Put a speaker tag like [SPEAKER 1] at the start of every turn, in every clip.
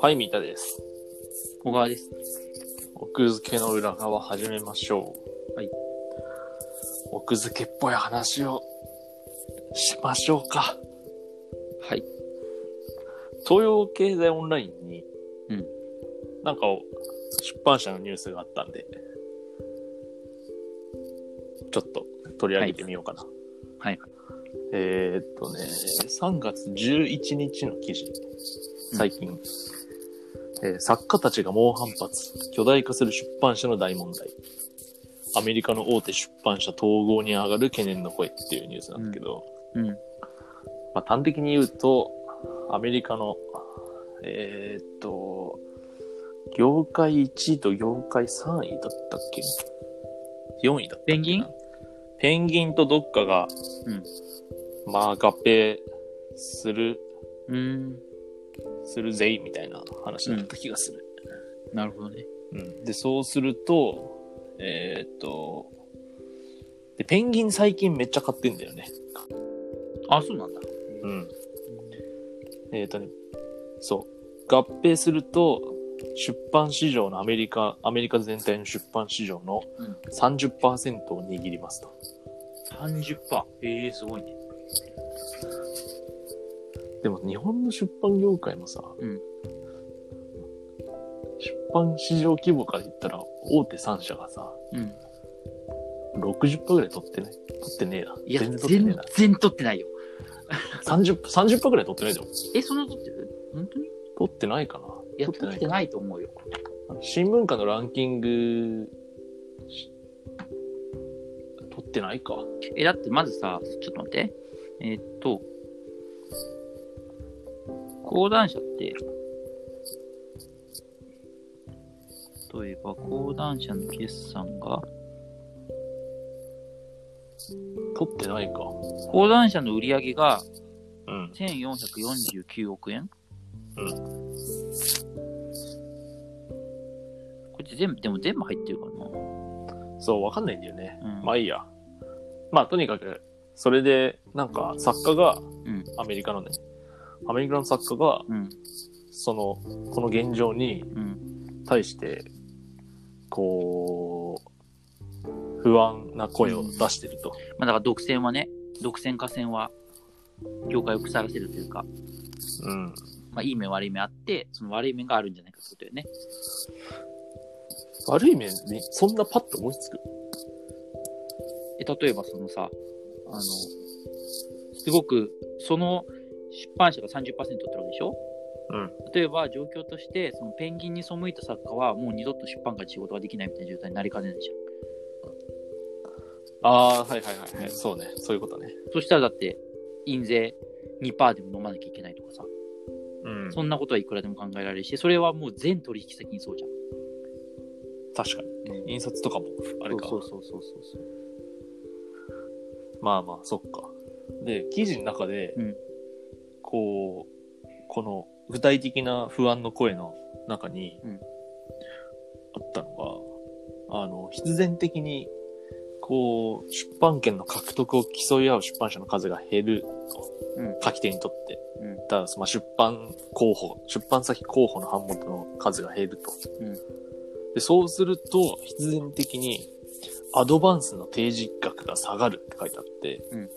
[SPEAKER 1] はい、三田です。
[SPEAKER 2] 小川です。
[SPEAKER 1] 奥付けの裏側始めましょう。
[SPEAKER 2] はい。
[SPEAKER 1] 奥付けっぽい話をしましょうか。
[SPEAKER 2] はい。
[SPEAKER 1] 東洋経済オンラインに、
[SPEAKER 2] うん。
[SPEAKER 1] なんか、出版社のニュースがあったんで、ちょっと取り上げてみようかな。
[SPEAKER 2] はい。
[SPEAKER 1] えーっとね、3月11日の記事、最近、えー作家たちが猛反発、巨大化する出版社の大問題、アメリカの大手出版社統合に上がる懸念の声っていうニュースなんだけど、
[SPEAKER 2] うん。
[SPEAKER 1] まあ、端的に言うと、アメリカの、えーっと、業界1位と業界3位だったっけ ?4 位だったっけな
[SPEAKER 2] ペンギン
[SPEAKER 1] ペンギンとどっかが、
[SPEAKER 2] うん
[SPEAKER 1] まあ合併する、
[SPEAKER 2] うん。
[SPEAKER 1] するぜいみたいな話だった気がする。
[SPEAKER 2] なるほどね。
[SPEAKER 1] うんで、そうすると、えーっと、で、ペンギン最近めっちゃ買ってんだよね。
[SPEAKER 2] あ、そうなんだ。
[SPEAKER 1] うん。えっ、とね、そう。合併すると、出版市場のアメリカ、アメリカ全体の出版市場の
[SPEAKER 2] うん
[SPEAKER 1] 30%を握りますと。
[SPEAKER 2] 30%。ええー、すごいね。
[SPEAKER 1] でも日本の出版業界もさ、
[SPEAKER 2] うん
[SPEAKER 1] 出版市場規模から言ったら大手3社がさ、
[SPEAKER 2] うん。
[SPEAKER 1] 60%ぐらい取ってね、取ってねえな。
[SPEAKER 2] いや、
[SPEAKER 1] 全然取ってねえ
[SPEAKER 2] 全
[SPEAKER 1] な。
[SPEAKER 2] 然取ってないよ。
[SPEAKER 1] 30%、30%ぐらい取ってないじゃん。
[SPEAKER 2] え、そんな取ってる本当にい
[SPEAKER 1] 取ってないかな。
[SPEAKER 2] や、
[SPEAKER 1] 取って
[SPEAKER 2] 取
[SPEAKER 1] な
[SPEAKER 2] っ
[SPEAKER 1] い
[SPEAKER 2] てないと思うよ。
[SPEAKER 1] あの新聞社のランキング、し取ってないか。
[SPEAKER 2] え、だってまずさ、ちょっと待って。えーっと、講談社って、例えば講談社の決算が、
[SPEAKER 1] 取ってないか。
[SPEAKER 2] 講談社の売り上げが
[SPEAKER 1] うん。
[SPEAKER 2] 1449億円
[SPEAKER 1] う
[SPEAKER 2] こっち全部、でも全部入ってるかな。
[SPEAKER 1] そう、わかんないんだよね。
[SPEAKER 2] うん
[SPEAKER 1] まあいいや。まあとにかく、それで、なんか作家が、
[SPEAKER 2] うん
[SPEAKER 1] アメリカのね、アメリカの作家が、
[SPEAKER 2] うん、
[SPEAKER 1] その、この現状に
[SPEAKER 2] うん、
[SPEAKER 1] 対して、こう、不安な声を出してると。
[SPEAKER 2] まあだから独占はね、独占化戦は、業界を腐らせるというか、
[SPEAKER 1] うん。
[SPEAKER 2] まあいい面悪い面あって、その悪い面があるんじゃないかってことだよね。
[SPEAKER 1] 悪い面に、そんなパッと思いつく。
[SPEAKER 2] え、例えばそのさ、あの、すごく、その出版社が30%取ってるわけでしょ
[SPEAKER 1] うん。
[SPEAKER 2] 例えば状況として、そのペンギンに背いた作家はもう二度と出版から仕事ができないみたいな状態になりかねないじゃん。
[SPEAKER 1] ああ、はいはいはいはい。そうね。そういうことね。
[SPEAKER 2] そしたらだって、印税2%でも飲まなきゃいけないとかさ、
[SPEAKER 1] うん
[SPEAKER 2] そんなことはいくらでも考えられるし、それはもう全取引先にそうじゃん。
[SPEAKER 1] 確かに。印刷とかも、あれか。
[SPEAKER 2] そうそうそうそうそう。
[SPEAKER 1] まあまあ、そっか。で、記事の中で、
[SPEAKER 2] うん
[SPEAKER 1] こう、この具体的な不安の声の中に、
[SPEAKER 2] うん
[SPEAKER 1] あったのが、あの、必然的に、こう、出版権の獲得を競い合う出版社の数が減ると、
[SPEAKER 2] うん
[SPEAKER 1] 書き手にとって。
[SPEAKER 2] うん
[SPEAKER 1] だから、まあ、出版候補、出版先候補の版元の数が減ると。
[SPEAKER 2] うん
[SPEAKER 1] でそうすると、必然的に、アドバンスの提示額が下がるって書いてあって、
[SPEAKER 2] うんうん。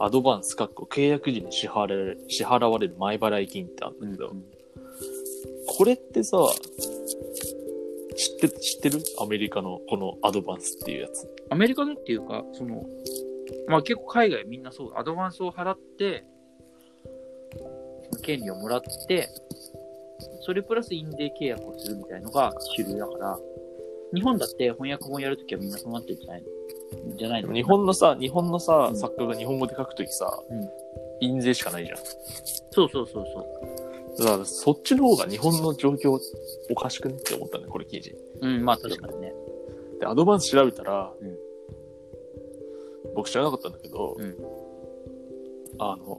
[SPEAKER 1] アドバンス、かっこ契約時に支払われる支払われる前払い金ってあるんだけど、
[SPEAKER 2] うん
[SPEAKER 1] これってさ、知って、知ってるアメリカのこのアドバンスっていうやつ。
[SPEAKER 2] アメリカのっていうか、その、まあ結構海外みんなそう、アドバンスを払って、権利をもらって、それプラス印税契約をするみたいのが主流だから、日本だって翻訳本やるときはみんなそうなってるんじゃないのじゃない
[SPEAKER 1] で
[SPEAKER 2] の
[SPEAKER 1] も日本のさ、日本のさ、
[SPEAKER 2] うん
[SPEAKER 1] 作家が日本語で書くときさ、
[SPEAKER 2] うん
[SPEAKER 1] 印税しかないじゃん。
[SPEAKER 2] そうそうそうそ
[SPEAKER 1] だからそっちの方が日本の状況おかしくねって思ったね、これ記事。
[SPEAKER 2] う。うん、まあ確かにね。
[SPEAKER 1] で、アドバンス調べたら、
[SPEAKER 2] うん
[SPEAKER 1] 僕知らなかったんだけど、
[SPEAKER 2] うん
[SPEAKER 1] あの、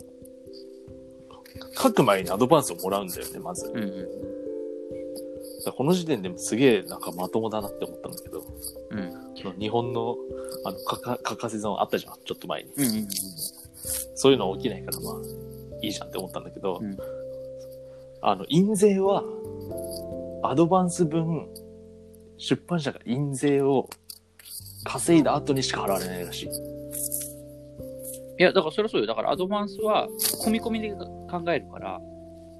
[SPEAKER 1] 書く前にアドバンスをもらうんだよね、まず。
[SPEAKER 2] うんう
[SPEAKER 1] だからこの時点でもすげえなんかまともだなって思ったんだけど、
[SPEAKER 2] んうん。うん
[SPEAKER 1] その日本のあのかか書かせ損あったじゃん、ちょっと前に。
[SPEAKER 2] うんうん
[SPEAKER 1] そういうのは起きないから、まあ、いいじゃんって思ったんだけど、
[SPEAKER 2] うん
[SPEAKER 1] あの、印税は、アドバンス分、出版社が印税を稼いだ後にしか払われないらしい。
[SPEAKER 2] いや、だからそれはそうよ。だからアドバンスは、込み込みで考えるから、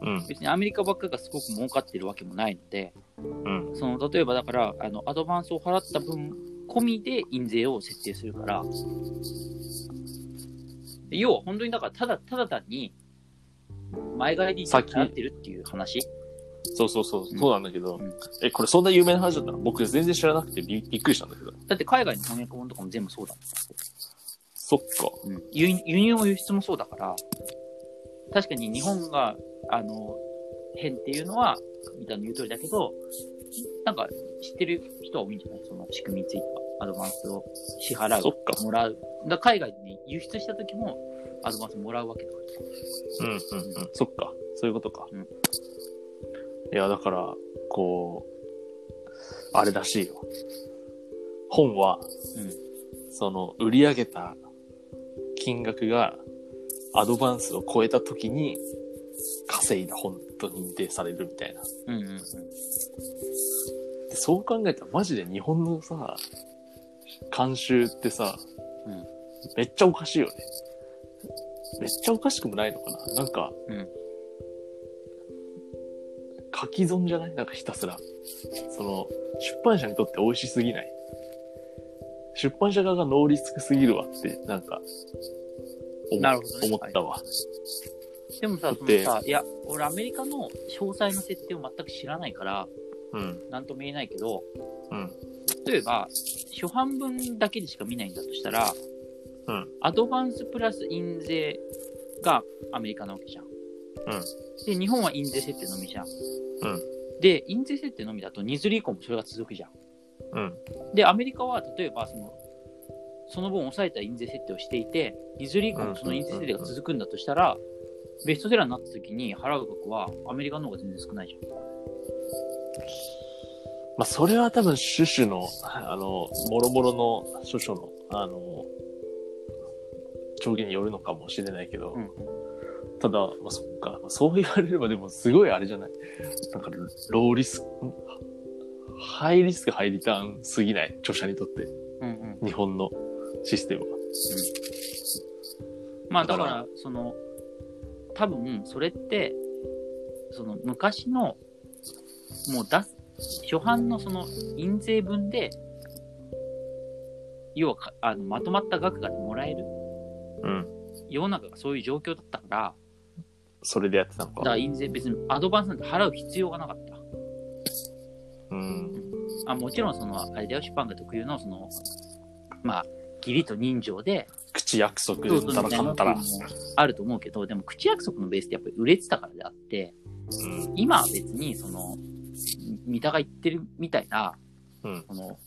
[SPEAKER 1] うん、
[SPEAKER 2] 別にアメリカばっかがすごく儲かってるわけもないので、
[SPEAKER 1] うん、
[SPEAKER 2] その例えばだからあの、アドバンスを払った分込みで印税を設定するから、で要は本当にだから、ただただ単に、前借りで払ってるっていう話。
[SPEAKER 1] そうそうそう、
[SPEAKER 2] うん
[SPEAKER 1] そうなんだけど、
[SPEAKER 2] うん
[SPEAKER 1] え、これそんな有名な話だったの僕全然知らなくてびびっくりしたんだけど。
[SPEAKER 2] だって海外の翻訳本とかも全部そうだもん
[SPEAKER 1] そっか。
[SPEAKER 2] 輸輸入も輸出もそうだから、確かに日本が、あの、変っていうのは、みたいな言う通りだけど、なんか、知ってる人は多いんじゃないその仕組みについては。アドバンスを支払。
[SPEAKER 1] そうっか。
[SPEAKER 2] もらう。だから海外に輸出した時も、アドバンスもらうわけだから。
[SPEAKER 1] うんうんうん。そっか。そういうことか。
[SPEAKER 2] うん
[SPEAKER 1] いや、だから、こう、あれらしいよ。本は、その、売り上げた金額が、アドバンスを超えた時に、稼いだ本と認定されるみたいな。
[SPEAKER 2] うん。うんうんうん。
[SPEAKER 1] でそう考えたらマジで日本のさ慣習ってさ、
[SPEAKER 2] うん
[SPEAKER 1] めっちゃおかしいよねめっちゃおかしくもないのかななんか、
[SPEAKER 2] うん
[SPEAKER 1] 書き損じゃないなんかひたすらその出版社にとって美味しすぎない出版社側がノーリスクすぎるわってなんか思
[SPEAKER 2] なるほどね
[SPEAKER 1] 思ったわ、
[SPEAKER 2] でもさ、その
[SPEAKER 1] で
[SPEAKER 2] さ、いや、俺アメリカの詳細の設定を全く知らないから、
[SPEAKER 1] うん
[SPEAKER 2] なんとも言えないけど、
[SPEAKER 1] うん
[SPEAKER 2] 例えば、初版分だけでしか見ないんだとしたら、
[SPEAKER 1] うん
[SPEAKER 2] アドバンスプラス印税がアメリカなわけじゃん。で、日本は印税設定のみじゃん。で、印税設定のみだと、2ずり以降もそれが続くじゃん。
[SPEAKER 1] うん
[SPEAKER 2] で、アメリカは例えばその、その分抑えた印税設定をしていて、2ずり以降もその印税設定が続くんだとしたら、ベストセラーになった時に払う額はアメリカの方が全然少ないじゃん。
[SPEAKER 1] まあ、それは多分、シュシュの、あの、もろもろの、諸々の、あの、条件によるのかもしれないけど、
[SPEAKER 2] うん
[SPEAKER 1] ただ、まあ、そっか、まあそう言われれば、でも、すごいあれじゃない。なんか、ローリスク、んハイリスク、ハイリターンすぎない、著者にとって、
[SPEAKER 2] うんうん。
[SPEAKER 1] 日本のシステムは。
[SPEAKER 2] まあ
[SPEAKER 1] だ
[SPEAKER 2] だか
[SPEAKER 1] から
[SPEAKER 2] ら、その、多分それって、その昔の、もう出す、初版のその印税分で、要はかあのまとまった額がもらえる
[SPEAKER 1] うん。
[SPEAKER 2] 世の中がそういう状況だったから、
[SPEAKER 1] それでやってたの
[SPEAKER 2] だから
[SPEAKER 1] か。
[SPEAKER 2] 印税別にアドバンスなんて払う必要がなかった。
[SPEAKER 1] うん。
[SPEAKER 2] あもちろんその、あれだよ、出版が特有のその、まあ、義理と人情で、
[SPEAKER 1] 口約束
[SPEAKER 2] ど
[SPEAKER 1] で
[SPEAKER 2] うぞ
[SPEAKER 1] たら
[SPEAKER 2] みたい
[SPEAKER 1] か
[SPEAKER 2] な
[SPEAKER 1] ったら。
[SPEAKER 2] 部分もあると思うけど、でも口約束のベースってやっぱり売れてたからであって、
[SPEAKER 1] うん。
[SPEAKER 2] 今は別にその三田が言ってるみたいな
[SPEAKER 1] うん。
[SPEAKER 2] この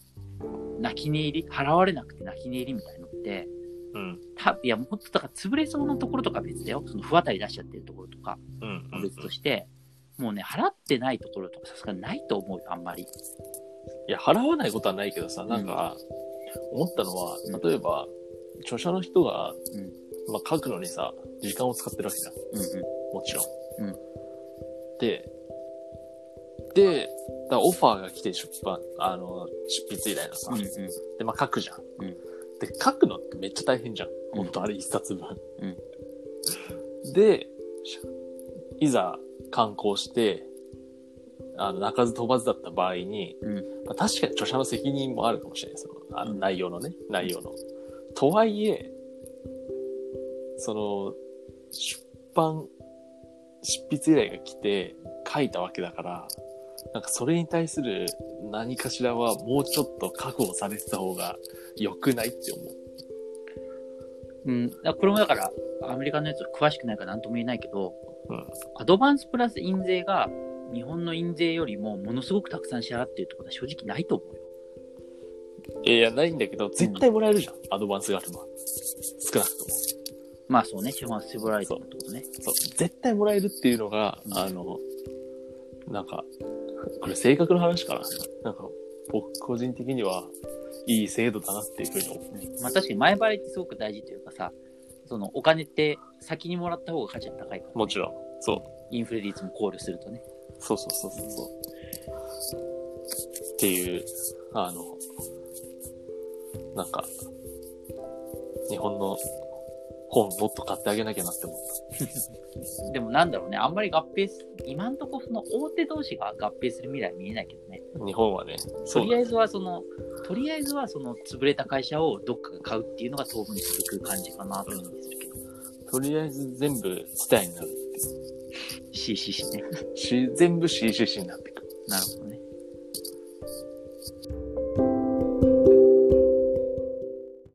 [SPEAKER 2] 泣き寝入り払われなくて泣き寝入りみたいのって
[SPEAKER 1] うん。
[SPEAKER 2] たいやもっとだから潰れそうなところとか別だよその不渡り出しちゃってるところとか
[SPEAKER 1] うん。うん
[SPEAKER 2] 別として、もうね払ってないところとかさすがにないと思うよあんまり
[SPEAKER 1] いや、払わないことはないけどさ、なんか、思ったのは
[SPEAKER 2] うん、
[SPEAKER 1] 例えば、著者の人が、
[SPEAKER 2] うん
[SPEAKER 1] まあ、書くのにさ、時間を使ってるわけじゃん。
[SPEAKER 2] うんうん
[SPEAKER 1] もちろん。
[SPEAKER 2] うん
[SPEAKER 1] で、で、だからオファーが来て出版、あの、執筆依頼のさ、
[SPEAKER 2] うん
[SPEAKER 1] で、まあ、書くじゃん,、
[SPEAKER 2] うん
[SPEAKER 1] で、書くのってめっちゃ大変じゃん。
[SPEAKER 2] うん
[SPEAKER 1] 本当あれ一冊分。
[SPEAKER 2] うん
[SPEAKER 1] で、しいざ、刊行して、あの、鳴かず飛ばずだった場合に、
[SPEAKER 2] うん
[SPEAKER 1] まあ、確かに著者の責任もあるかもしれない。そのあの
[SPEAKER 2] うん
[SPEAKER 1] 内容のね、内容の。とはいえ、その、出版、執筆依頼が来て書いたわけだから、なんかそれに対する何かしらはもうちょっと覚悟されてた方が良くないって思う。
[SPEAKER 2] うん、だからこれもだからアメリカのやつ詳しくないから何とも言えないけど、
[SPEAKER 1] うん
[SPEAKER 2] アドバンスプラス印税が日本の印税よりもものすごくたくさん支払ってるってことは正直ないと思うよ
[SPEAKER 1] いやいや、ないんだけど、絶対もらえるじゃん。アドバンスがあれば。少なくとも。
[SPEAKER 2] まあそうね、資本は絞られてるってことね。
[SPEAKER 1] そう、絶対もらえるっていうのが
[SPEAKER 2] う、ん
[SPEAKER 1] あの、なんか、これ性格の話かな。なんか、僕個人的には、いい制度だなっていうふうに思う。
[SPEAKER 2] まあ確かに前払いってすごく大事というかさ、そのお金って先にもらった方が価値が高いから、
[SPEAKER 1] もちろん。そう。
[SPEAKER 2] インフレでいつも考慮するとね。
[SPEAKER 1] そうそうそうそうそう。っていう、あの、なんか、日本の本もっと買ってあげなきゃなって思っ
[SPEAKER 2] でもなんだろうね、あんまり合併す、今んとこその大手同士が合併する未来見えないけどね。
[SPEAKER 1] た。日本はね、
[SPEAKER 2] と
[SPEAKER 1] そう
[SPEAKER 2] り
[SPEAKER 1] だ
[SPEAKER 2] あえずはその、とりあえずはその潰れた会社をどっかが買うっていうのが当分続く感じかなという気がするけど。
[SPEAKER 1] とりあえず全部伝えになる。
[SPEAKER 2] CCC ね。
[SPEAKER 1] し全部 CCC になってくる。
[SPEAKER 2] なるほどね。